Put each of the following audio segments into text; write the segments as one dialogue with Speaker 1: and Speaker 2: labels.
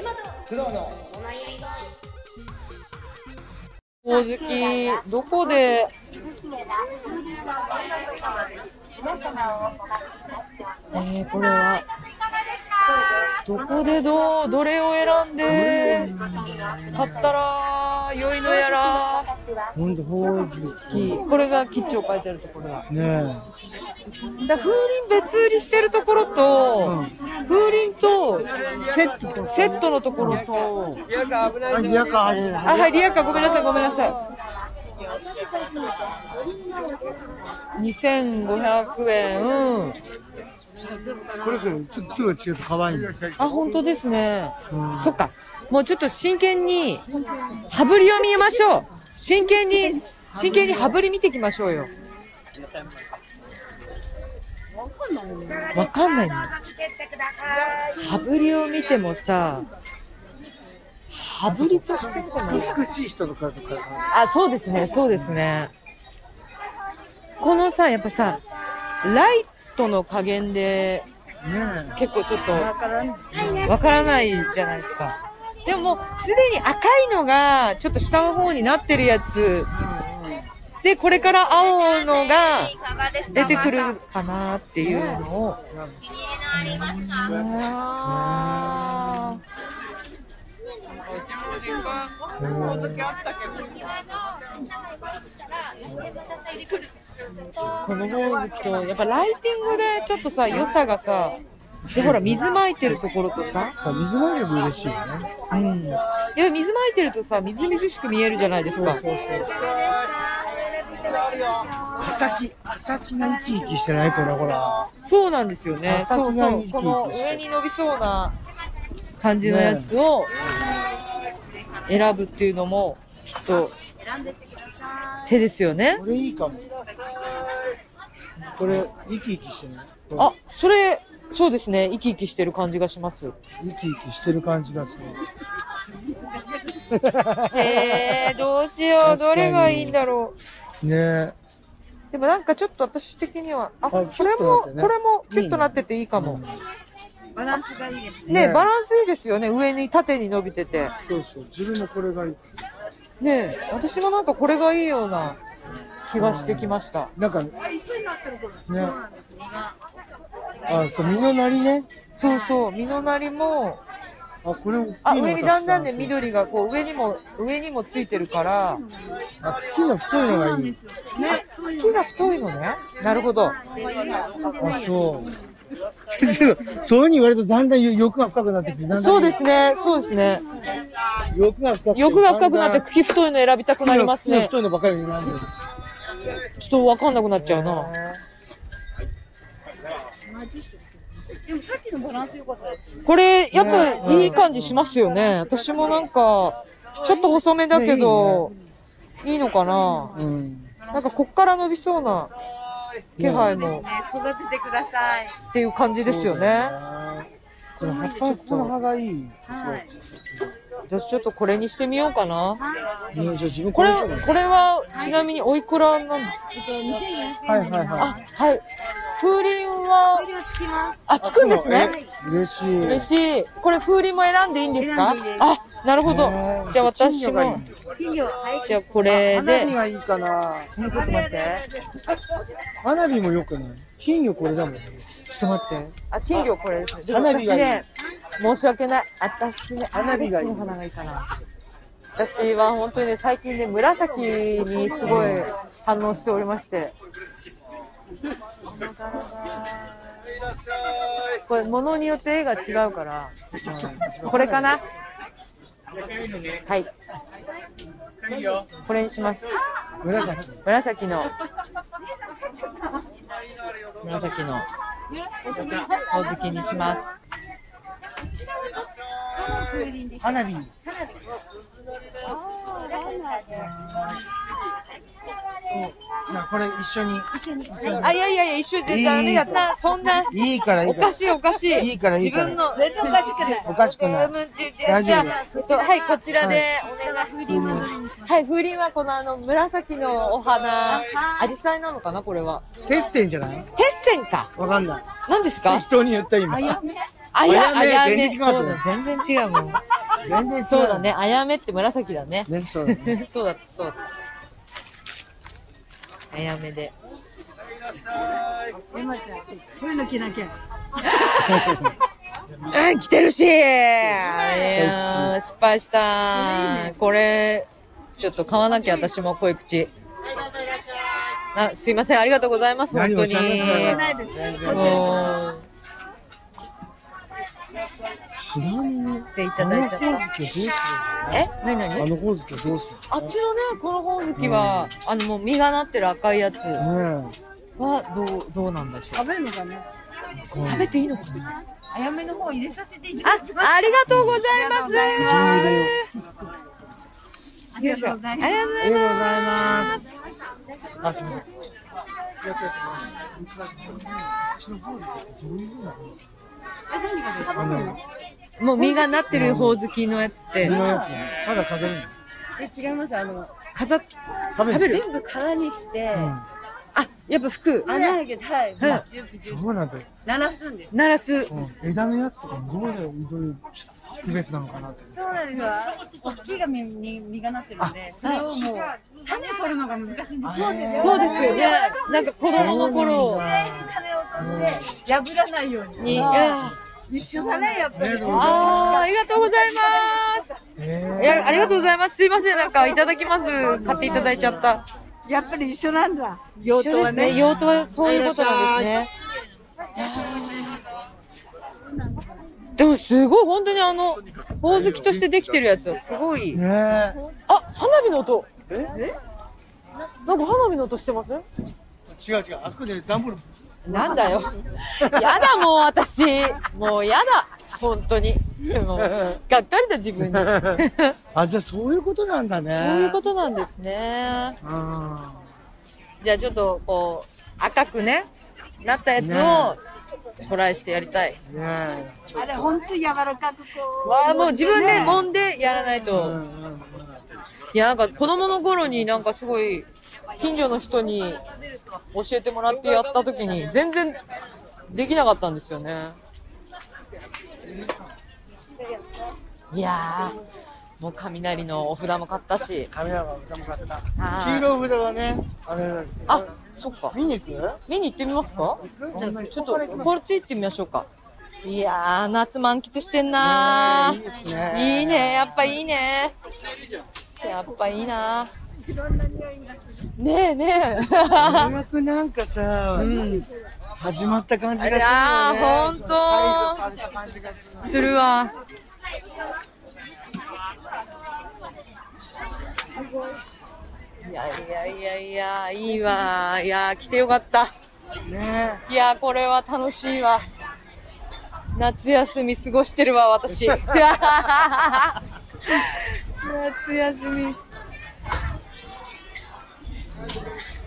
Speaker 1: 工藤の
Speaker 2: ほおずき、どこで、えー、これは、どこでどう、どれを選んで、買ったら、良いのやら、
Speaker 1: ほんとほうじ
Speaker 2: きこれが吉兆書いてあるところだ。
Speaker 1: ね
Speaker 2: だ風鈴別売りしてるところと、風鈴とセットとセットのところと、
Speaker 1: えあリアカー入れ
Speaker 2: あ、はい、リアカごめんなさい、ごめんなさい。2500円、うん。
Speaker 1: これこれちょっと粒が違うと可愛いんだ
Speaker 2: あ、本当ですね。そっか。もうちょっと真剣に、羽振りを見ましょう。真剣に、真剣に羽振り見ていきましょうよ。わかんないの羽振りを見てもさ、羽振りとしてみても
Speaker 1: 美しい人とかとか
Speaker 2: あ、そうですね、そうですね。このさ、やっぱさ、ライトの加減で
Speaker 1: ね
Speaker 2: 結構ちょっ
Speaker 1: え
Speaker 2: と
Speaker 1: わからんね
Speaker 2: わからないじゃないですか。でももうすでに赤いのがちょっと下の方になってるやつ。で、これから青のが出てくるかなっていうのを。あーこの方ーと、やっぱライティングでちょっとさ、良さがさ、で、ほら、水まいてるところとさ、
Speaker 1: さ水まいも嬉しいよね
Speaker 2: うん。いや、水まいてるとさ、みずみずしく見えるじゃないですか。
Speaker 1: 朝木朝木が生き生きしてないこれほら
Speaker 2: そうなんですよね。
Speaker 1: 浅
Speaker 2: そ
Speaker 1: く
Speaker 2: う
Speaker 1: が
Speaker 2: そ
Speaker 1: 生
Speaker 2: う。
Speaker 1: き生きして
Speaker 2: この上に伸びそうな感じのやつを選ぶっていうのも、きっと、手ですよね
Speaker 1: こ。れいいかもこれ生き生きしてないこれ
Speaker 2: あ、それ、そうですね。生き生きしてる感じがします。
Speaker 1: 生き生きしてる感じがする
Speaker 2: えー、 どうしよう。どれがいいんだろう。
Speaker 1: ね
Speaker 2: でもなんかちょっと私的には、あ、
Speaker 1: あ
Speaker 2: これも、
Speaker 1: キュッとなってね
Speaker 2: これもキュッとなってていいかも。
Speaker 3: バランスがいいですね。
Speaker 2: ね
Speaker 1: ね
Speaker 2: バランスいいですよね。上に縦に伸びてて。
Speaker 1: そうそう自分もこれがいい
Speaker 2: ねえ、私もなんかこれがいいような気がしてきました。
Speaker 1: なんかねあそう身のなりね
Speaker 2: そうそう、実のなりも、
Speaker 1: あこれ大きいの
Speaker 2: あ、上にだんだんね、
Speaker 1: たくさある
Speaker 2: 緑がこう、上にも、上にもついてるから、
Speaker 1: あ、茎の太いのがいい。
Speaker 2: ね、茎が太いのね。なるほど。
Speaker 1: あ、そう。でもそういうふうに言われるとだんだん欲が深くなってきて、だんだん
Speaker 2: そうですね、そうですね。
Speaker 1: 欲が深く
Speaker 2: 欲が深くなって茎太いの選びたくなります
Speaker 1: 茎の
Speaker 2: ね。ちょ
Speaker 1: 太いのばかり選んでる。
Speaker 2: っとわかんなくなっちゃうな。
Speaker 3: でもさっきのバランス良かったです。
Speaker 2: これ、やっぱいい感じしますよね。私もなんか、ちょっと細めだけど、いいのかな。
Speaker 1: うん。
Speaker 2: なんかこっから伸びそうな気配も。
Speaker 3: ね、育ててください。
Speaker 2: っていう感じですよね。
Speaker 1: この葉っぱ、ここの葉がいい。
Speaker 3: はい。
Speaker 2: じゃあちょっとこれにしてみようかな。
Speaker 3: はい。
Speaker 1: ね、じゃあ自分
Speaker 2: これ、
Speaker 1: にしよ
Speaker 2: これはちなみにおいくらなんです
Speaker 3: えっと、2004円に
Speaker 1: うは
Speaker 3: ないります。
Speaker 1: はい
Speaker 2: か
Speaker 1: は
Speaker 2: あ、はい。風鈴は
Speaker 3: 送、料つきます。
Speaker 2: あ、つくんですね。
Speaker 1: い。嬉しい。
Speaker 2: 嬉しい。これ風鈴も選んでいいんですか
Speaker 3: 選んでいいです
Speaker 2: あ、なるほど
Speaker 1: ね。え
Speaker 2: じゃあ私
Speaker 1: 金魚がいい
Speaker 2: も、
Speaker 3: 金魚、はい。
Speaker 2: じゃあこれ
Speaker 1: 花火
Speaker 2: で、
Speaker 1: がいいかな。ちょっと待って。花火も良くない金魚これだもんね。
Speaker 2: ちょっと待って。あ、金魚これですね。でも
Speaker 1: 花火がいい
Speaker 2: 私ね、申し訳ない。私ね、
Speaker 1: 花火がいい
Speaker 2: どっちの花がいいかな。私は本当にね、最近ね、紫にすごい反応しておりまして。これ、物によって絵が違うから、これかな。はい。これにします。
Speaker 1: 紫。
Speaker 2: 紫の。紫の。ほおずきにします。
Speaker 1: 花火。じゃあこれ一緒に。
Speaker 2: あ、いやいやいや、一緒
Speaker 1: い
Speaker 2: に
Speaker 1: い
Speaker 2: ダメだった。そんな、
Speaker 1: いいからいい
Speaker 2: お
Speaker 1: から
Speaker 2: か。しいおかしい。
Speaker 1: いいからいいから
Speaker 2: 自分の、全然おかしくない。
Speaker 1: おかしくない大
Speaker 2: じ
Speaker 1: 丈
Speaker 2: ゃあ、
Speaker 1: 夫
Speaker 2: えっと、はい、こちらでお願い。はい、風鈴はこのあの、紫のお花、アジサイなのかな、これは。
Speaker 1: てっせんじゃない
Speaker 2: 鉄線か。
Speaker 1: わかんない。
Speaker 2: 何ですか
Speaker 1: 人に言った今。
Speaker 2: あや、
Speaker 1: あ
Speaker 2: あ
Speaker 1: やめ
Speaker 2: やめ。
Speaker 1: 全然違う
Speaker 2: そうだ、全然違うもん。
Speaker 1: 全然違う。
Speaker 2: そうだ。ね。あやめって紫だね。
Speaker 1: ね、 そうだね。
Speaker 2: そうだった、そうだった。あやめで。
Speaker 3: エマちゃん、こういうの着なきゃ。
Speaker 2: うん、来てるしいやー失敗したこれ、ちょっと買わなきゃ私も濃い口。あ、すいません、ありがとうございます、本当に。
Speaker 1: 何をおっしゃいま
Speaker 3: ないです。
Speaker 2: もう、
Speaker 1: ちなみに、
Speaker 2: してい
Speaker 1: あ
Speaker 2: ただ
Speaker 1: の
Speaker 2: いちゃっ
Speaker 1: ほおず
Speaker 2: た。
Speaker 1: きはどうする
Speaker 2: え何
Speaker 1: のあ
Speaker 2: 何
Speaker 1: のほおずきはどうする
Speaker 2: あっちのね、このほおずきは、あの、もう実がなってる赤いやつ
Speaker 1: のね
Speaker 2: は、どう、どうなんでしょう。
Speaker 3: 食べるのかね。
Speaker 2: 食べていいのかな
Speaker 3: あやめの方入れさせていた
Speaker 2: あ
Speaker 3: だきます。、
Speaker 2: ありがとうございます
Speaker 1: え。自分で入れよう。
Speaker 3: ありがとうござ
Speaker 2: あ
Speaker 3: い
Speaker 2: り
Speaker 3: ま
Speaker 2: がと
Speaker 3: す。
Speaker 2: うご
Speaker 1: あ
Speaker 2: ざいま
Speaker 1: りがとうございます。あ、すみません。あの、
Speaker 2: す。もう実がなってるほおずきのやつって
Speaker 1: こ、のやつ、まだ飾るの。
Speaker 3: え、違います。あの、
Speaker 2: 飾っ、
Speaker 1: 食べ
Speaker 2: 食べ
Speaker 1: る。
Speaker 2: る
Speaker 3: 全部殻にし
Speaker 1: う
Speaker 3: て、
Speaker 2: あ、やっぱ服。
Speaker 3: 穴あげて、はい、ジュープジュ
Speaker 1: ん、
Speaker 3: ープ
Speaker 1: そうなんだよ。
Speaker 3: 鳴らすんです。
Speaker 2: 鳴らす。
Speaker 1: うん、枝のやつとかもどうだよ、どういう区別なのかなって。
Speaker 3: そうなんですよ。大きいが実に実がなってるんで、それをもう、種取るのが難しいんですよ。そうです
Speaker 2: そうですよね。なんか子供の頃
Speaker 3: 種を取って、破らないよう
Speaker 2: に。い
Speaker 3: に。
Speaker 2: や
Speaker 3: 一緒だね、やっぱり。
Speaker 2: あー、ありがとうございます。い
Speaker 1: え
Speaker 2: や、ありがとうございます。すいません。なんかいただきます。買っていただいちゃった。
Speaker 3: やっぱり一緒なんだ。用
Speaker 2: 一
Speaker 3: 途
Speaker 2: 緒で
Speaker 3: は
Speaker 2: すね。
Speaker 3: ね。
Speaker 2: 用途はそういうことなんですね。いやーでもすごい、本当にあの、ほおずきとしてできてるやつはすごい
Speaker 1: ー。。ね
Speaker 2: あ、花火の音。
Speaker 1: え。え。
Speaker 2: なんか花火の音してます
Speaker 1: 違う違う、あそこで段ボール。
Speaker 2: なんだよ。やだもう私。もうやだ。本当に。もう、がっかりだ自分に。
Speaker 1: あ、じゃあ、そういうことなんだね。。
Speaker 2: そういうこととなんですね。
Speaker 1: あ
Speaker 2: じゃあちょっとこう、赤くね、なったやつをトライしてやりたい。
Speaker 1: あ。ね
Speaker 3: あれ、ほんと柔らかくこう。
Speaker 2: わあ、もう自分で揉んでやらない
Speaker 1: え。うん
Speaker 2: と。
Speaker 1: うんうん。
Speaker 2: いや、なんか子供の頃になんかすごい、近所の人に教えてもらってやった時に全然できなかったんですよね。いやー、もう雷のお札も買ったし。
Speaker 1: カメラは歌も買った。
Speaker 2: はい
Speaker 1: 黄色い札はね、あれだ。
Speaker 2: あ、そっか。
Speaker 1: 見に行く。
Speaker 2: 見に行ってみますかじゃあちょっとこっち行ってみましょうか。いやー、夏満喫してんなー。
Speaker 1: ねえいいですね
Speaker 2: いいね、やっぱいいね。やっぱいいなー。ねえね
Speaker 1: 音楽なんかさ、
Speaker 2: え。うん。
Speaker 1: 始まった感じがするよね。
Speaker 2: いやーほんと
Speaker 1: 解除された感じがする
Speaker 2: するわ。いやいやいやいや、いいわー。いやー、来てよかった。
Speaker 1: ね
Speaker 2: いやー、これは楽しいわ。夏休み過ごしてるわ、私。夏休み。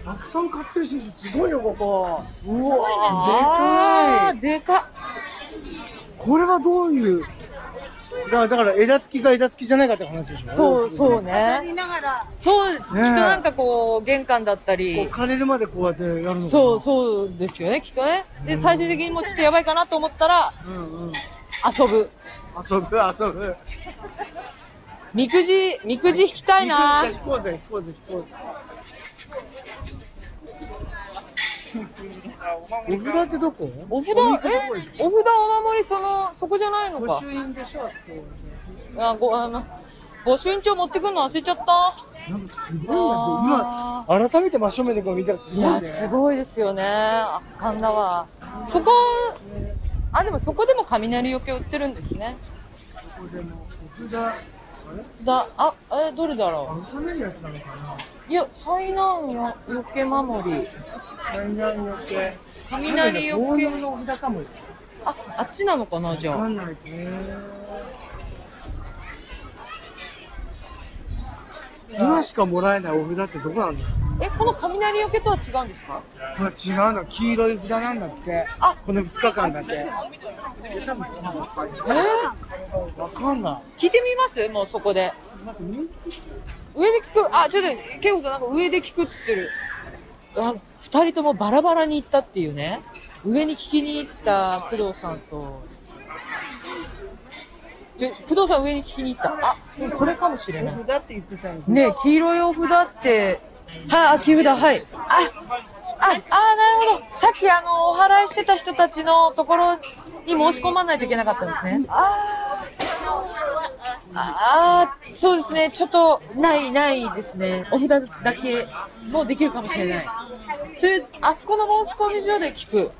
Speaker 1: たくさん買ってるしすごいよここう
Speaker 2: あ
Speaker 1: わでかい
Speaker 2: ーでか
Speaker 1: これはどういうだだから枝付きが枝付きじゃないかって話でしょ
Speaker 2: い。そう、そう
Speaker 3: や
Speaker 2: ね。
Speaker 3: りながら、
Speaker 2: そう、きっと
Speaker 1: ね
Speaker 2: なんかこう、玄関だった
Speaker 1: こう
Speaker 2: り。
Speaker 1: 枯れるまでこうやってやるのかな
Speaker 2: そう、そうですよね、きっとね。で、最終的にもうちょっとやばいかなと思ったら、
Speaker 1: うんうん
Speaker 2: 遊ぶ。
Speaker 1: 遊ぶ遊ぶ
Speaker 2: みくじ、みくじ引きたいな
Speaker 1: 引こうぜ引こうぜ引こうぜお札ってどこ
Speaker 2: お札、え
Speaker 1: おみくじどこ行く
Speaker 2: お札お守り、その、そこじゃないの
Speaker 1: 御
Speaker 2: か
Speaker 1: 朱。印でしょあそこ
Speaker 2: あ、ご、あの、ご朱印帳持ってくるの忘れちゃった。
Speaker 1: なんかすごいんだって今改めて真正面でこう見たらす
Speaker 2: い
Speaker 1: ごいね
Speaker 2: や、すごいですよね。圧巻だわ。そこ、あ、でもそこでも雷よけ売ってるんですね。
Speaker 1: ここでもお札あれ
Speaker 2: だ、あ、え、どれだろ
Speaker 1: 幼いやつなのかな
Speaker 2: う。いや、災難よよけ守り。
Speaker 1: 何々よけ
Speaker 2: 雷よ
Speaker 1: 多
Speaker 2: け。
Speaker 1: めのお札かもよ
Speaker 2: あ、あっちなのかな、じ
Speaker 1: わ
Speaker 2: ゃ
Speaker 1: か
Speaker 2: あ。
Speaker 1: んないね今しかもらえないお札ってどこなんだろ
Speaker 2: え、この雷よけとは違うんですか
Speaker 1: うほら違うの黄色い札なんだって
Speaker 2: あ
Speaker 1: この2日間だけえ
Speaker 2: えー、
Speaker 1: わかんな
Speaker 2: 聞いてみますもうそこで。
Speaker 1: いなんか人気
Speaker 2: 上で聞く、あ、ちょっと、ケイコさんなんか上で聞くっつってる。あ、二人ともバラバラに行ったっていうね。上に聞きに行った工藤さんと、じゃ工藤さん上に聞きに行った。あ、これかもしれない。
Speaker 3: だって言ってたんです
Speaker 2: ねえ黄色いお札って、はい、あ、黄札、はい。あ、あ、あ、なるほど。さっきあの、お祓いしてた人たちのところに申し込まないといけなかったんですね。あーあー、そうですね。ちょっと、ない、ないですね。お札だけもできるかもしれない。それ、あそこの申し込み所で聞く。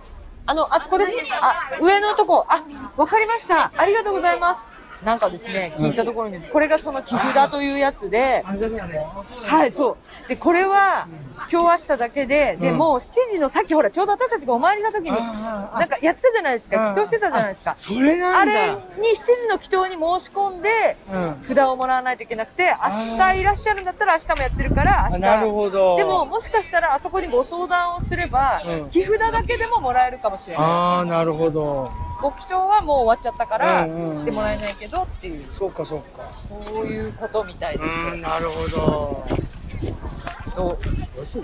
Speaker 2: あの、あそこです。あ、上のとこ。あ、わかりました。ありがとうございます。なんかですね、聞いたところに、これがその木札というやつで、
Speaker 1: あれだけだね。
Speaker 2: はい、そう。で、これは、今日明日だけで、で、
Speaker 1: うん
Speaker 2: もう7時の、さっきほら、ちょうど私たちがお参りした時に、
Speaker 1: あーあ
Speaker 2: なんかやってたじゃないですか、
Speaker 1: あ
Speaker 2: 祈祷してたじゃないですか。
Speaker 1: それな
Speaker 2: あ
Speaker 1: ん
Speaker 2: れに
Speaker 1: だ。
Speaker 2: 7時の祈祷に申し込んで、
Speaker 1: うん
Speaker 2: 札をもらわないといけなくて、明日いらっしゃるんだったら明日もやってるから、明
Speaker 1: あ
Speaker 2: 日。
Speaker 1: なるほど。
Speaker 2: でも、もしかしたらあそこにご相談をすれば、
Speaker 1: うん
Speaker 2: 木札だけでももらえるかもしれない。
Speaker 1: ああ、なるほど。
Speaker 2: ご祈祷はもう終わっちゃったから、
Speaker 1: うんうん
Speaker 2: してもらえないけどっていう、
Speaker 1: そうか、そうか。
Speaker 2: そういうことみたいで
Speaker 1: う
Speaker 2: す
Speaker 1: ーん、なるほど。
Speaker 2: と、し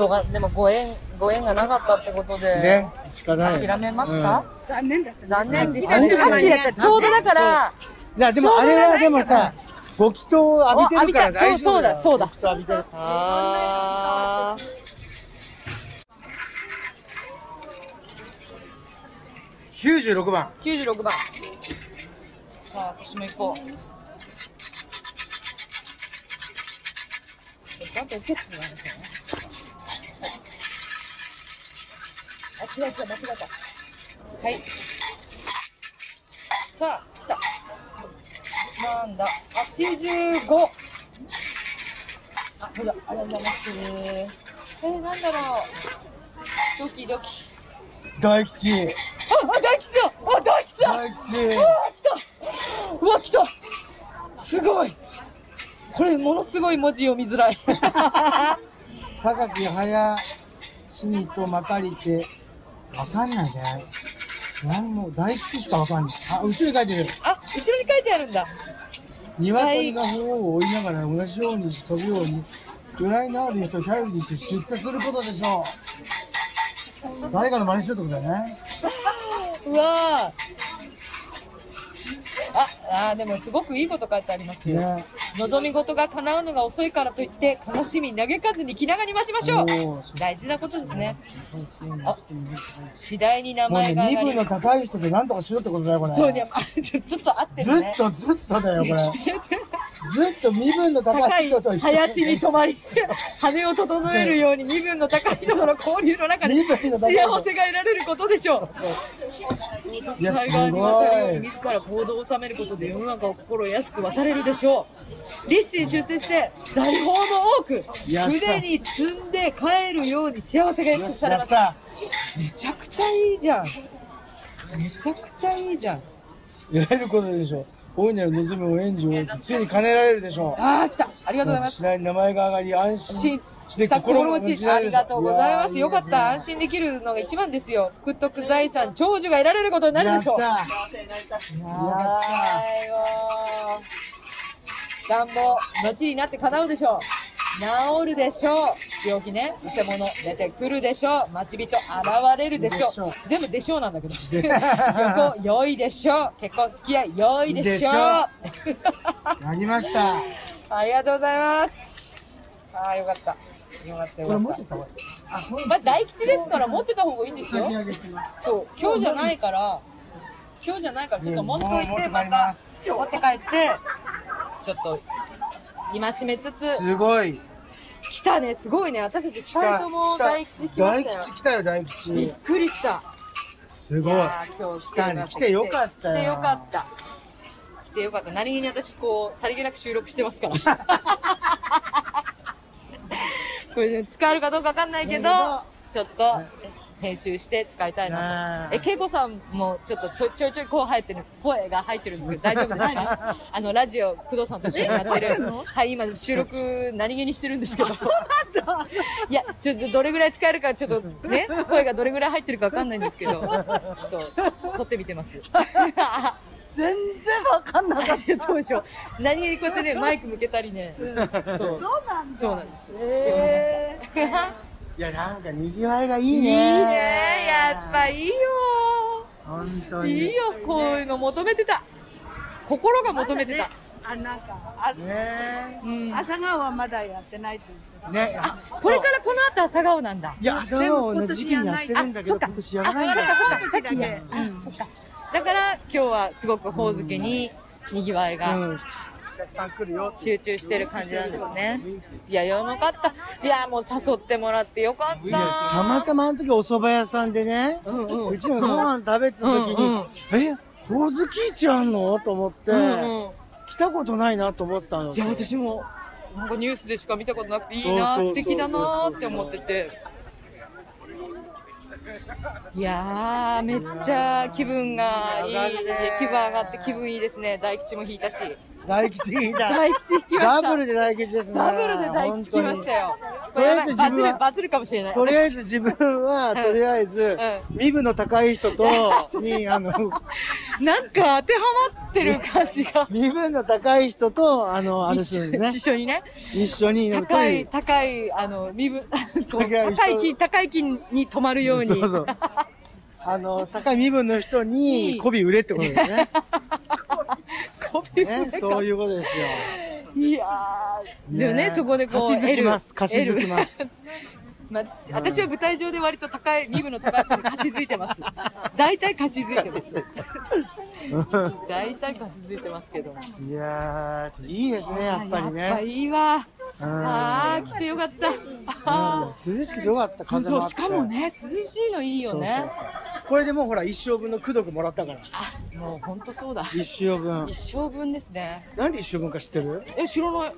Speaker 2: ょうが、でもご縁、ご縁がなかったってことで、
Speaker 1: ね、しかない。
Speaker 2: 諦めますか、
Speaker 3: 残念だったね
Speaker 2: 残念でしたね。
Speaker 1: うん
Speaker 2: さっきだったら、ちょうどだから、
Speaker 1: うんいや、でもあれは、でもさ、ご祈祷を浴びてるから
Speaker 2: お浴
Speaker 1: 大
Speaker 2: びた
Speaker 1: 丈夫
Speaker 2: そうそうだ
Speaker 1: ご祈祷浴びてる
Speaker 2: あー
Speaker 1: 96番。
Speaker 2: 96番。さあ、私も行こう。だって結構あるからあ、違う違う、間違えた。はい。さあ、来た。なんだ、85。あ、ほら、あれだ、待ってる。えー、なんだろう。ドキドキ。
Speaker 1: 大 吉。
Speaker 2: あ、あ、大吉だあ、大吉だ
Speaker 1: 大吉。
Speaker 2: うわ、来たすごいこれ、ものすごい文字読みづらい。
Speaker 1: 高木早死にとまかりて。わかんないじゃない。なんも大吉しかわかんない。あ、宇宙に書いてる。
Speaker 2: あ、後ろに書いてあるんだ。
Speaker 1: 鶏が頬を追いながら同じように飛ぶように、由来のある人を頼りにして出世することでしょう。誰かの真似してるってことだよね。
Speaker 2: うわーあ、あーでもすごくいいこと書いてありますよ。
Speaker 1: ね。
Speaker 2: 望み事が叶うのが遅いからといって、悲しみに嘆かずに気長に待ちましょう
Speaker 1: おーそう
Speaker 2: 大事なことですね。
Speaker 1: あ
Speaker 2: 次第に名
Speaker 1: もう
Speaker 2: 前
Speaker 1: ね、
Speaker 2: が上が
Speaker 1: 身
Speaker 2: り
Speaker 1: 分の高い人で何とかしろってことだよ、これ。
Speaker 2: そうね、あちょちょっと合って
Speaker 1: ず
Speaker 2: る
Speaker 1: っ
Speaker 2: ね。
Speaker 1: とずっとだよ、これ。ずっと身分の高
Speaker 2: 高
Speaker 1: い
Speaker 2: い
Speaker 1: 人と一緒
Speaker 2: 林に止まり、羽を整えるように身分の高い人との交流の中で
Speaker 1: 身分
Speaker 2: 幸
Speaker 1: の高い
Speaker 2: せ
Speaker 1: 人
Speaker 2: が得られることでしょう。
Speaker 1: いや
Speaker 2: 災害に渡るように自ら行動を収めることで世の中を心安く渡れるでしょう。立身出世して財宝も多く、
Speaker 1: いや
Speaker 2: 腕に積んで帰るように幸せが約束され
Speaker 1: や
Speaker 2: ま
Speaker 1: っ
Speaker 2: す。
Speaker 1: た。
Speaker 2: めちゃくちゃいいじゃん。めちゃくちゃいいじゃん。
Speaker 1: やれることでしょう。大いなる望みを援助をついに叶えられるでしょう。
Speaker 2: ああ、来た。ありがとうございます。
Speaker 1: 次第に名前が上がり、安心
Speaker 2: し
Speaker 1: して
Speaker 2: した心持ち、ありがとうございます。よかっ。
Speaker 1: いや
Speaker 2: た。安心できるのが一番ですよ。福徳財産、長寿が得られることになるでしょう。
Speaker 1: やった
Speaker 2: はーいわー願望、後になって叶うでしょう。治るでしょう。病気ね、偽物、出てくるでしょう。待ち人、現れるでしょ
Speaker 1: でしょう
Speaker 2: う。全部でしょうなんだけど。旅行、良いでしょう。結婚、付き合い、良いでしょう。
Speaker 1: やりました。
Speaker 2: ありがとうございます。ああ、よかった。よかった、よか
Speaker 1: これ
Speaker 2: っ
Speaker 1: 持
Speaker 2: た
Speaker 1: っ。てった方がいい。
Speaker 2: まあ、大吉ですから持ってた方がいいんですよ
Speaker 1: 先。上げします。
Speaker 2: そう、今日じゃないから、今日じゃないからちょっと持っとい
Speaker 1: もう持っ
Speaker 2: て、
Speaker 1: て帰
Speaker 2: ま
Speaker 1: り
Speaker 2: た
Speaker 1: ます
Speaker 2: 持って帰って、ちょっと戒めつつ、
Speaker 1: すごい。
Speaker 2: 来たね、すごいね。私たち2人とも大吉来ま
Speaker 1: 大
Speaker 2: したよ
Speaker 1: 吉。来たよ、大
Speaker 2: びっ
Speaker 1: 吉。
Speaker 2: くりした。
Speaker 1: す
Speaker 2: い
Speaker 1: ごい。
Speaker 2: やー今日来てよかった。
Speaker 1: 来てよかったよ
Speaker 2: 来てよかった。来てよかった。何気に私、こう、さりげなく収録して ますから。これ、ね、使えるかどうかわかんないけど
Speaker 1: だ、
Speaker 2: ちょっと、編集して使いたいなと。え、
Speaker 1: ね
Speaker 2: けいこさんもちょっとちょちょいちょい声入ってる、声が入ってるん ですけど、大丈夫ですかあの、ラジオ、工藤さんと一緒にやってる。はい、今収録、何気にしてるんですけど。そうなんだいや、ちょっとどれぐらい使えるか、ちょっと ね、声がどれぐらい入ってるかわかんないんですけど、ちょっと、撮ってみてます。
Speaker 3: 全然わかんなか
Speaker 2: ありがとうでしょう。何気にこうやってね、マイク向けたりね。そう。
Speaker 3: そうなん
Speaker 2: そうなんです。
Speaker 3: えー
Speaker 2: してみました。
Speaker 1: いや、なんか賑わいがいい
Speaker 2: いい
Speaker 1: ね。
Speaker 2: ね、やっぱいいよ。
Speaker 1: 本当
Speaker 2: い
Speaker 1: に
Speaker 2: い。よ、こういうの求めてた。
Speaker 4: 心が求めてた。
Speaker 3: あなんかあ、
Speaker 1: ね
Speaker 4: うん。
Speaker 3: 朝顔はまだやってないって言ってた
Speaker 1: え。ね
Speaker 4: これからこの後朝顔なんだ。
Speaker 1: いや、朝顔は同じ時期にやってるんだけど、
Speaker 4: あそっか
Speaker 1: 今年やらない
Speaker 4: あ
Speaker 1: んだ
Speaker 4: そっか
Speaker 1: よ。
Speaker 4: そっか、さっきや
Speaker 3: う。
Speaker 4: うん、そっか。だから今日はすごくほおずきに賑わいが
Speaker 1: うん。お客さん来るよ。
Speaker 4: 集中してる感じなんですね。いや、よかった。いや、もう誘ってもらってよかった。
Speaker 1: たまたまあの時お蕎麦屋さんでね、
Speaker 4: うんうん
Speaker 1: うちのご飯食べてた時
Speaker 4: うんうん
Speaker 1: に、え、ほおずきちゃんのと思って、
Speaker 4: うんうん
Speaker 1: 来たことないなと思ってたの。
Speaker 4: いや、私も、なんかニュースでしか見たことなくて、いいな、
Speaker 1: そ
Speaker 4: 素
Speaker 1: うそうそうそう
Speaker 4: 敵だなって思ってて。いやー、めっちゃ気分がいい。
Speaker 1: 上がるね
Speaker 4: 気分上がって気分いいですね。大吉も引いたし。
Speaker 1: 大吉いいじゃん。
Speaker 4: 大吉引きました。
Speaker 1: ダブルで大吉ですね。
Speaker 4: ダブルで大吉来ました
Speaker 1: よ。
Speaker 4: よ。
Speaker 1: とりあえず
Speaker 4: やばい
Speaker 1: 自
Speaker 4: バ
Speaker 1: 分は
Speaker 4: ズる、バズるかもしれない。
Speaker 1: とりあえず自分は、とりあえず、身分の高い人 と、に、あの、
Speaker 4: なんか当てはまってる感じが。
Speaker 1: 身分の高い人と、あの、あれするんです
Speaker 4: 一緒にね。
Speaker 1: ね。一緒に、と
Speaker 4: 高い、
Speaker 1: に
Speaker 4: 高い、あの、身 分、こう
Speaker 1: 高い人
Speaker 4: 高い金、高い金に止まるように。
Speaker 1: そうそう。あの、高い身分の人に、媚び売れってことですね。
Speaker 4: コピー
Speaker 1: ね、
Speaker 4: ね、
Speaker 1: そういうことですよ。
Speaker 4: いやー、でもね、
Speaker 1: ね
Speaker 4: そこでこう、
Speaker 1: 貸し付きます
Speaker 4: L
Speaker 1: 貸し付きます。
Speaker 4: L まあ私私は舞台上で割と高い、身分の高い人に貸し付いて ます。大体貸し付いてます。大体貸し付いてますけども。
Speaker 1: いやー、ちょっといいですね、やっぱり
Speaker 4: あやっぱ
Speaker 1: ね。
Speaker 4: いいわ。
Speaker 1: う
Speaker 4: あ
Speaker 1: ん
Speaker 4: ー、来てよかった。
Speaker 1: うん
Speaker 4: あ
Speaker 1: 涼しくてよかった、
Speaker 4: ー
Speaker 1: 風
Speaker 4: そ
Speaker 1: も
Speaker 4: う、
Speaker 1: あって。
Speaker 4: しかもね、涼しいのいいよね。
Speaker 1: そうそうそうこれでもうほら、一生分の功徳もらったから。
Speaker 4: あ、もうほんとそうだ。
Speaker 1: 一生分。
Speaker 4: 一生分ですね。
Speaker 1: なんで一生分か知ってる
Speaker 4: え、知らない。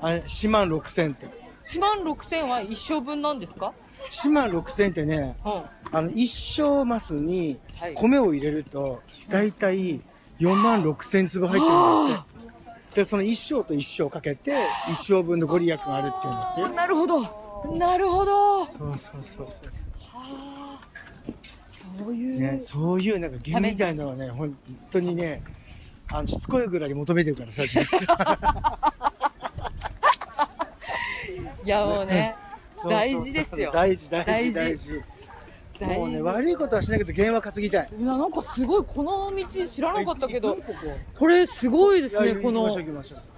Speaker 1: あれ、四万六千って。
Speaker 4: 1万6000は一生分なんですか
Speaker 1: 四万六千ってね、
Speaker 4: うん。
Speaker 1: あの、一生マスに
Speaker 4: はい
Speaker 1: 米を入れると、だいたい4万6千粒入ってるんだって。で、その一生と一生かけて、一生分のご利益があるっていうんだって
Speaker 4: あ。なるほど。なるほど。
Speaker 1: そうそうそうそうそ、
Speaker 4: あーそういうう、
Speaker 1: ね、そういうなんかゲームみたいなのはね本当にねあのしつこいぐらいに求めてるからさ自分さ
Speaker 4: いやもう ね
Speaker 1: そうそうそ う
Speaker 4: 大事ですよ
Speaker 1: 大事大事
Speaker 4: 大
Speaker 1: 大
Speaker 4: 事
Speaker 1: 事もうね悪いことはしないけどゲームは担ぎたい
Speaker 4: いやなんかすごいこの道知らなかったけどこれすごいですねこの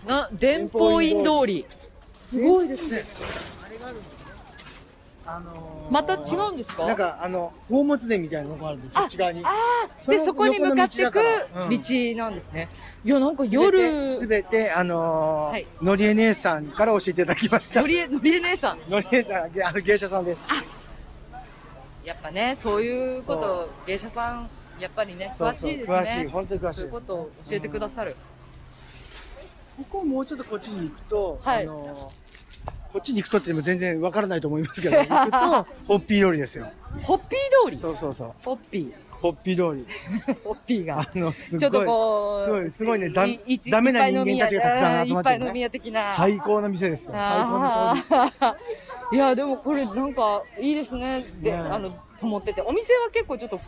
Speaker 4: な伝法院通りすごいですね
Speaker 1: あの
Speaker 4: また違うんですか
Speaker 1: なんかあの宝物殿みたいなのがあるんですよ
Speaker 4: あ
Speaker 1: こっち側に
Speaker 4: あーでそこに向かっていく道なんですね、いやなんか夜
Speaker 1: すべてあのー
Speaker 4: はい
Speaker 1: のりえ姉さんから教えていただきました
Speaker 4: のりえのりえ姉さん
Speaker 1: のりえさんあの芸者さんです
Speaker 4: やっぱねそういうこと芸者さんやっぱりね
Speaker 1: そう
Speaker 4: 詳
Speaker 1: そう
Speaker 4: しいです
Speaker 1: 詳しい
Speaker 4: ね
Speaker 1: 本当に詳しい
Speaker 4: そういうことを教えてくださる、
Speaker 1: ここをもうちょっとこっちに行くと、
Speaker 4: はい
Speaker 1: あのこっちに行くとっていうのも全然わからないと思いま すけど、行くと、ホッピー通りですよ。
Speaker 4: ホッピー通り
Speaker 1: そうそうそう。
Speaker 4: ホッピ
Speaker 1: ホッピー通り。
Speaker 4: ーホッピーが
Speaker 1: あの、 すごい。
Speaker 4: ちょっとこう、
Speaker 1: すごい、すごいね、だ
Speaker 4: いい一
Speaker 1: ダメな人間たちがたくさん集まって
Speaker 4: いっぱい飲
Speaker 1: る、
Speaker 4: み
Speaker 1: ね。
Speaker 4: 屋的な。
Speaker 1: 最高の店ですよ。最高の通り。
Speaker 4: あーいや、でもこれなんかいいですね。で、
Speaker 1: ね
Speaker 4: あの、と思ってて。お店は結構ちょっと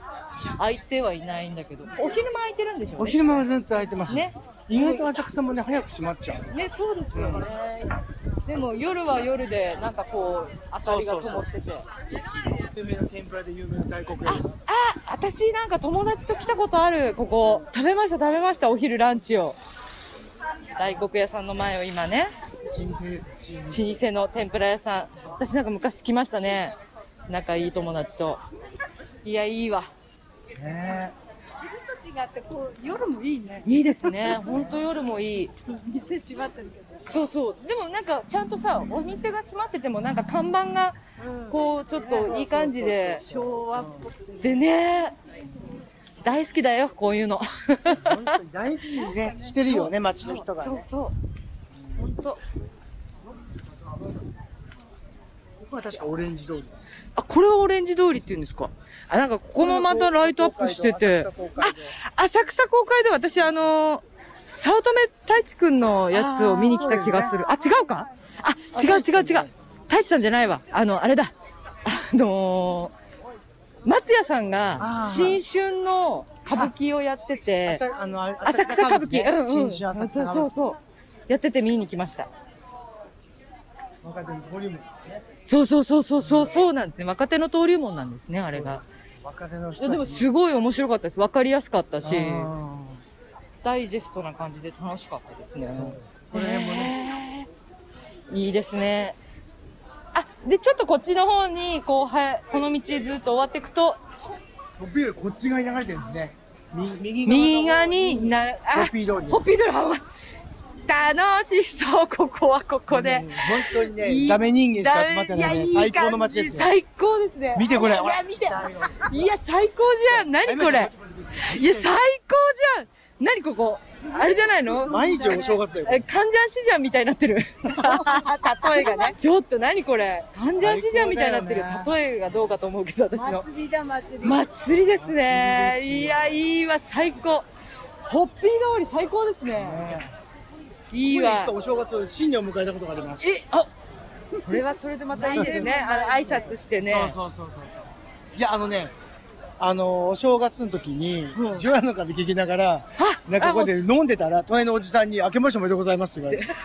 Speaker 4: 空いてはいないんだけど。お昼間空いてるんでしょう
Speaker 1: お
Speaker 4: ね。
Speaker 1: 昼間はずっと空いてます
Speaker 4: ね
Speaker 1: ね。意外と浅草もね、早く閉まっちゃう。
Speaker 4: ね、そうですよね。でも夜は夜で、なんかこう、明かりが灯ってて。
Speaker 1: 有名な天ぷらで有名な大黒屋です。
Speaker 4: あ、私なんか友達と来たことある、ここ。食べました、食べました、お昼ランチを。大黒屋さんの前を今ね。
Speaker 1: 老舗です。老舗
Speaker 4: 老舗の天ぷら屋さん私なんか昔来ましたね仲いい友達といやいいわ
Speaker 1: ね
Speaker 3: 昼と違ってこう夜もいいね
Speaker 4: いいですね本当夜もいい
Speaker 3: 店閉まってるけど
Speaker 4: そうそうでもなんかちゃんとさお店が閉まっててもなんか看板がこうちょっといい感じで
Speaker 3: 昭和っぽくて
Speaker 4: でね大好きだよこういうの
Speaker 1: 本当に大事にね、してるよね、街の人が
Speaker 4: そう
Speaker 1: ね。
Speaker 4: そう本当
Speaker 1: ここは確かオレンジ通りです。
Speaker 4: あこれはオレンジ通りっていうんですかあなんかここもまたライトアップしてて
Speaker 1: 浅草公会堂
Speaker 4: 浅草公会で私あのー、早乙女太一くんのやつを見に来た気がする。あ,、違うかあ、違う違う違う。太一さんじゃないわ。あの、あれだ。あのー、松屋さんが
Speaker 1: あ
Speaker 4: 新
Speaker 1: ー
Speaker 4: 春の歌舞伎をやってて、
Speaker 1: 浅あのあれ
Speaker 4: 浅草歌舞伎、
Speaker 1: ね
Speaker 4: うんうん。
Speaker 1: 新春
Speaker 4: そ
Speaker 1: 浅草
Speaker 4: う
Speaker 1: 歌
Speaker 4: そ
Speaker 1: 舞
Speaker 4: う
Speaker 1: 伎。
Speaker 4: そう。やってて見に来ました。
Speaker 1: 若手の登竜門。
Speaker 4: そうそうそうそうそう、そうなんですね。若手の登竜門なんですね、あれが。
Speaker 1: 若手
Speaker 4: いや
Speaker 1: の人
Speaker 4: でも
Speaker 1: たち。
Speaker 4: すごい面白かったです。わかりやすかったし。
Speaker 1: あ
Speaker 4: ダイジェストな感じで楽しかったですね。
Speaker 1: これもね、
Speaker 4: いいですね。あ、で、ちょっとこっちの方に、こう、は、この道ずっと終わっていくと、
Speaker 1: トピールこっち側に流れてるんですね。み右側の
Speaker 4: 右側になる、あ、
Speaker 1: ホッピー通りです
Speaker 4: ホッピー通りあうまい楽しそう、ここはここで
Speaker 1: うん。本当にね
Speaker 4: いい
Speaker 1: ダメ人間しか集まってない
Speaker 4: や
Speaker 1: ね
Speaker 4: い
Speaker 1: 最高の街ですよ
Speaker 4: 感じ最高ですね。
Speaker 1: 見てこれ
Speaker 4: いや
Speaker 1: ほら
Speaker 4: 見て。いや、最高じゃん。何これ。いや、最高じゃん。何ここ。あれじゃないの
Speaker 1: 毎日お正月だよこ
Speaker 4: え、
Speaker 1: れ
Speaker 4: 患者死じゃんみたいになってる。例えがね。ちょっと何これ。患者死じゃんみたいになってる
Speaker 1: 最。高
Speaker 4: 例えがどうかと思うけど、私の。
Speaker 3: 祭りだ祭り。
Speaker 4: 祭りですね。いや、いいわ、最高。ホッピー通り最高ですね。
Speaker 1: ね
Speaker 4: いい
Speaker 1: 僕一
Speaker 4: わ
Speaker 1: 回。お正月新年を迎えたことがあります
Speaker 4: え、あ、それはそれでまたいいですね。あの、挨拶してね。
Speaker 1: そうそうそうそうそういやあのねあのお正月の時に
Speaker 4: うん
Speaker 1: 除夜の壁聞きながら
Speaker 4: あ
Speaker 1: なんかこうやって飲んでたら隣のおじさんに「明けましておめでとうございます」って言わ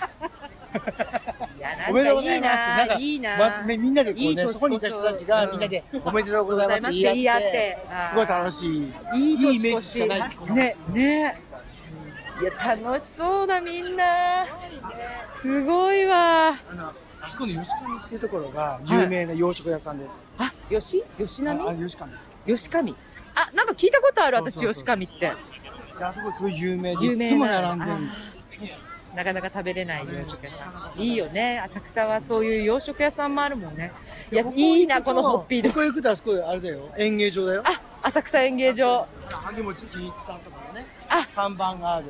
Speaker 1: れて
Speaker 4: いや
Speaker 1: 「おめでとうございます」ってなんか
Speaker 4: いいな。
Speaker 1: まみんなでこう
Speaker 4: いい
Speaker 1: ね
Speaker 4: 年
Speaker 1: そこにいた人たちがみんなで「おめでとうございます」って言い合って
Speaker 4: 言い合って
Speaker 1: すごい楽しい
Speaker 4: うんいい
Speaker 1: いいイメージしかないです
Speaker 4: 年越しね、ね。いや、楽しそうだ、みんな。すごいわ。
Speaker 1: あのあそこの吉上っていうところが有名な洋食屋さんです。
Speaker 4: あ、よし、よしなみ
Speaker 1: ああ、吉上。
Speaker 4: よしかみ。あ、なんか聞いたことある、
Speaker 1: そうそう
Speaker 4: 私、
Speaker 1: そう
Speaker 4: よしかみって。
Speaker 1: であそこすごい有名で、
Speaker 4: 有
Speaker 1: い
Speaker 4: 名
Speaker 1: つも
Speaker 4: な
Speaker 1: 並んでる。
Speaker 4: あなかなか食べれない洋食屋さん。いいよね。浅草はそういう洋食屋さんもあるもんね。いや、いいな、このホッピー
Speaker 1: こ
Speaker 4: ド。
Speaker 1: こ行くとあそこあれだよ、演芸場だよ。
Speaker 4: あ、浅草演芸場。
Speaker 1: 萩本欽一さんとかのね、
Speaker 4: あ
Speaker 1: 看板がある。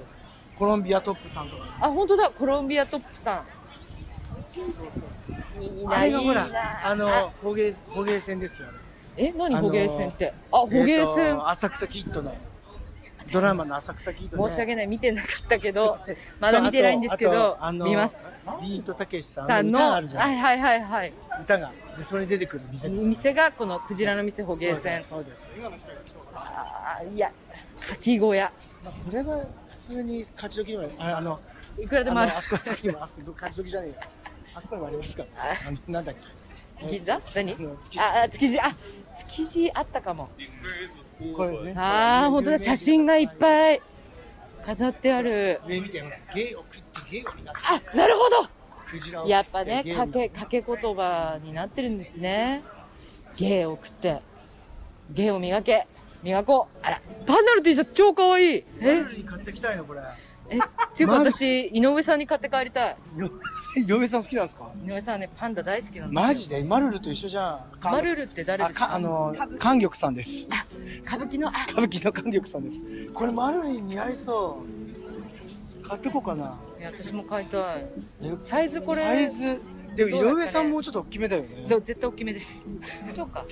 Speaker 1: コロンビアトップさんとか。
Speaker 4: あ、本当だ、コロンビアトップさん。いいな
Speaker 1: あれがほ
Speaker 4: いい
Speaker 1: ら、
Speaker 4: な
Speaker 1: あの、捕鯨、捕鯨船ですよね。
Speaker 4: え、何
Speaker 1: あの
Speaker 4: 捕鯨船って。あ、捕鯨
Speaker 1: えー
Speaker 4: 船。
Speaker 1: と浅草キッドの。ドラマの浅草キッドね
Speaker 4: 申し訳ない、見てなかったけ ど、まだ見てないんですけ
Speaker 1: とあ
Speaker 4: ど
Speaker 1: とあ、の
Speaker 4: 見ます。
Speaker 1: ビートたけしさ
Speaker 4: さ
Speaker 1: ん
Speaker 4: ん
Speaker 1: の
Speaker 4: の、
Speaker 1: 歌
Speaker 4: は
Speaker 1: がある
Speaker 4: い
Speaker 1: じゃん。
Speaker 4: はいはいはい。
Speaker 1: 歌が。で、それに出てくる店ですよ。
Speaker 4: 店がこのクジラの店捕鯨船。
Speaker 1: そうですそうです
Speaker 4: ああ、いや、かき小屋。
Speaker 1: まあこれは普通に勝ち時にもありああの
Speaker 4: いくらでもある
Speaker 1: の。あそこさっきもあそこ勝ち時じゃねえよあそこにもありますから、ね、あのなんだっけ
Speaker 4: 銀座何
Speaker 1: の築地
Speaker 4: あ、あ築地、あ、築地あったかも。
Speaker 1: これですね
Speaker 4: ああ、本当だ、写真がいっぱい飾ってある。
Speaker 1: 上見てほら芸を食って芸を磨く
Speaker 4: あ、なるほど
Speaker 1: クジラを食て
Speaker 4: やっぱね、
Speaker 1: 芸を
Speaker 4: か
Speaker 1: 磨く
Speaker 4: け、かけ言葉になってるんですね。芸を食って、芸を磨け、磨こう。あら、パンダの T シャツ超可愛い
Speaker 1: マルに買ってきたいのこれ
Speaker 4: え、っていうか
Speaker 1: マル
Speaker 4: 私、井上さんに買って帰りたい。
Speaker 1: よ嫁さん好きなんですか
Speaker 4: 井上さんはね、パンダ大好きなんですよ。
Speaker 1: マジでマルルと一緒じゃん
Speaker 4: マル
Speaker 1: ル
Speaker 4: ルって誰
Speaker 1: あ
Speaker 4: ですか
Speaker 1: かあの韓玉さんです
Speaker 4: 歌舞伎の、あ、
Speaker 1: 歌舞伎の韓玉さんですこれマルルに似合いそう買ってこうかない
Speaker 4: や私も買いたい。
Speaker 1: え
Speaker 4: サイズこれ
Speaker 1: サイズでも井
Speaker 4: どうですかね
Speaker 1: 上さんもうちょっと大きめだよね
Speaker 4: そう、絶対大きめです。そうか。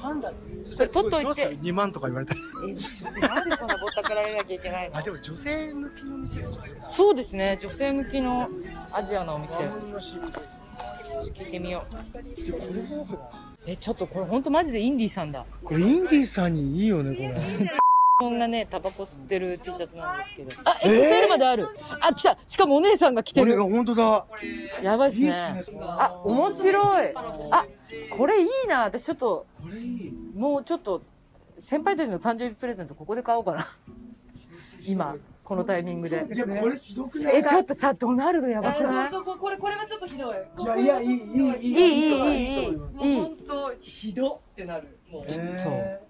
Speaker 1: パンダそ
Speaker 4: したらすごい取っといてどう
Speaker 1: 2万とか言われたら
Speaker 4: え、なんでそんなぼったくられなきゃいけないの
Speaker 1: あでも女性向きの店ですよね
Speaker 4: そうですね、女性向きのアジアのお店、
Speaker 1: 青森の老舗
Speaker 4: 聞いてみよう。
Speaker 1: ちょこれもよくない
Speaker 4: え、ちょっとこれほんとマジでインディさんだ。
Speaker 1: これインディーさんにいいよねこれ
Speaker 4: こんなね、タバコ吸ってる T シャツなんですけど。あ、XL まである、あ、来たしかもお姉さんが着て
Speaker 1: これ
Speaker 4: る
Speaker 1: が。本当だ
Speaker 4: やばいっす
Speaker 1: いい
Speaker 4: ね
Speaker 1: っすね。
Speaker 4: あ、面白い。あ、これいいな。私ちょっと、
Speaker 1: これいい
Speaker 4: もうちょっと、先輩たちの誕生日プレゼントここで買おうかな。今、このタイミングで。
Speaker 1: いやこれひどくない
Speaker 4: え、ちょっとさ、ドナルドやばくない
Speaker 5: そうそうこれこれはちょっとひどい。
Speaker 1: いやいやいいいい
Speaker 4: いい、
Speaker 1: い
Speaker 4: いい、いい、いい。いい
Speaker 5: 本当ひどってなる。もう。
Speaker 1: ちょっと
Speaker 4: そう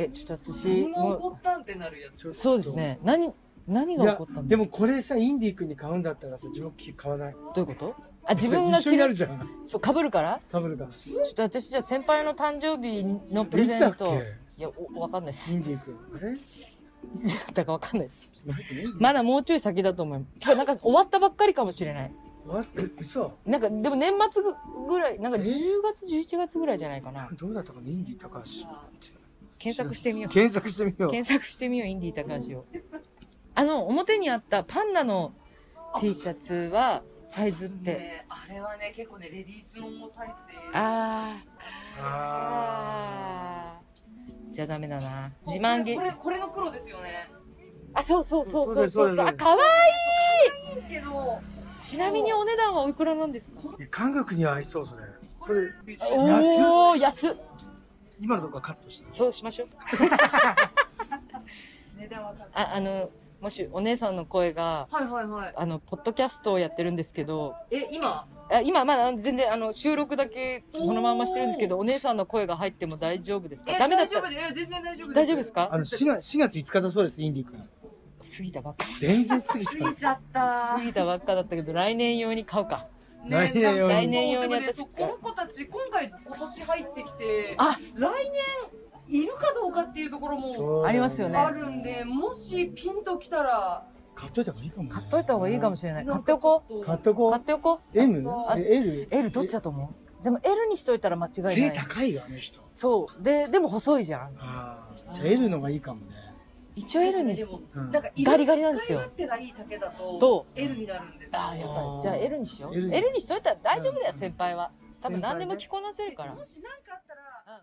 Speaker 4: え、ちょっと私、
Speaker 5: この怒
Speaker 4: も
Speaker 5: ったんってなるやつ。
Speaker 4: う、そうですね。何、何
Speaker 1: い
Speaker 4: が起
Speaker 1: や
Speaker 4: こったんだ
Speaker 1: でもこれさインディー君に買うんだったらさ自分買わない
Speaker 4: どういうことあ、自分が
Speaker 1: 一緒に
Speaker 4: 着
Speaker 1: なる
Speaker 4: る、
Speaker 1: じゃん
Speaker 4: そう、被るから
Speaker 1: ダブルが
Speaker 4: ちょっと私じゃあ先輩の誕生日のプレゼント
Speaker 1: いつだっ。
Speaker 4: いや、おわかんないで
Speaker 1: イ
Speaker 4: す。い
Speaker 1: ンディー君あれ
Speaker 4: つだったかわかんないです。
Speaker 1: ちょっと待ってね
Speaker 4: まだもうちょい先だと思います。てかなんか終わったばっかりかもしれない。
Speaker 1: 終わって嘘
Speaker 4: なんか、でも年末ぐらい、なんか10月、11月ぐらいじゃないかな。
Speaker 1: どうだったかねインディー高橋
Speaker 4: 検索してみよう。
Speaker 1: 検索してみよう
Speaker 4: 検索してみよう、インディ高橋を。あの、表にあったパンダの T シャツは、サイズって。
Speaker 5: ねあれはね結構ねレディースのサイズで。
Speaker 4: あー。
Speaker 1: あ
Speaker 4: あー。じゃあダメだな。
Speaker 5: こ
Speaker 4: 自慢げ
Speaker 5: こ。れこれの黒ですよね。
Speaker 4: あ、そうそうそうそう
Speaker 1: そ
Speaker 4: そううそう
Speaker 1: そうそ
Speaker 4: う。
Speaker 1: そう
Speaker 4: あ、かわ
Speaker 5: いいですけど。
Speaker 4: いいちなみにお値段はおいくらなんですか
Speaker 1: ー韓国には合いそうそれそれ
Speaker 4: おー、安っ。
Speaker 1: 今のとこはカットして
Speaker 4: そうしましょう。
Speaker 3: 値段わかる。
Speaker 4: あ、あの、
Speaker 2: もしお姉さんの声が、
Speaker 5: はいはいはい。
Speaker 2: あの、ポッドキャストをやってるんですけど、
Speaker 5: え、今
Speaker 2: あ今、まだ全然、あの、収録だけそのまんましてるんですけど、お姉さんの声が入っても大丈夫ですか
Speaker 5: え、
Speaker 2: ダメだっ
Speaker 5: 大
Speaker 2: た
Speaker 5: 丈
Speaker 2: ら
Speaker 5: 夫。です。え全然大丈夫です。
Speaker 2: 大丈夫です
Speaker 1: あ
Speaker 2: か
Speaker 1: の、4月、4月5日だそうです、インディ君。
Speaker 2: 過ぎたばっか。
Speaker 1: 全然過ぎて
Speaker 3: 過ぎちゃった
Speaker 2: 過。ぎたばっかだったけど、来年用に買うか。
Speaker 1: 来年用に
Speaker 2: 来年用に
Speaker 5: そうでもね
Speaker 2: 私
Speaker 5: そうこの子たち、今回、今年入ってきて、
Speaker 2: あ
Speaker 5: 来年いるかどうかっていうところ も
Speaker 2: ありますよね
Speaker 5: あるんで、もしピンときたら、
Speaker 1: 買っといた方がいいかも、ね。
Speaker 2: 買っといた方がいいかもしれない。
Speaker 5: な
Speaker 2: 買っ
Speaker 5: ん
Speaker 2: て
Speaker 5: か
Speaker 2: おこ
Speaker 5: ちょ
Speaker 2: う。
Speaker 5: っと
Speaker 1: 買っとこ
Speaker 2: 買っ
Speaker 1: う。
Speaker 2: ておこ
Speaker 1: M?
Speaker 5: あ
Speaker 1: え L?
Speaker 2: う。L どっちだと思うでも L にしといたら間違いない。
Speaker 1: 背高いよ、あの人。
Speaker 2: そう。で、でも細いじゃん。
Speaker 1: ああ。じゃあ L の方がいいかもね。
Speaker 2: 一応 L にし
Speaker 5: でも
Speaker 1: うん
Speaker 5: なんか
Speaker 2: ガリガリなんですよ
Speaker 5: 使い勝手がいい竹だ
Speaker 2: ど
Speaker 5: と、L になるんですよ
Speaker 2: ああ、やっぱり。じゃあ L にしよう。
Speaker 1: L に
Speaker 2: L にしといたら大丈夫だよ、先輩は。多分
Speaker 1: 先輩ね
Speaker 2: 何でも着こなせるから。
Speaker 5: もし何かあったら、
Speaker 2: うん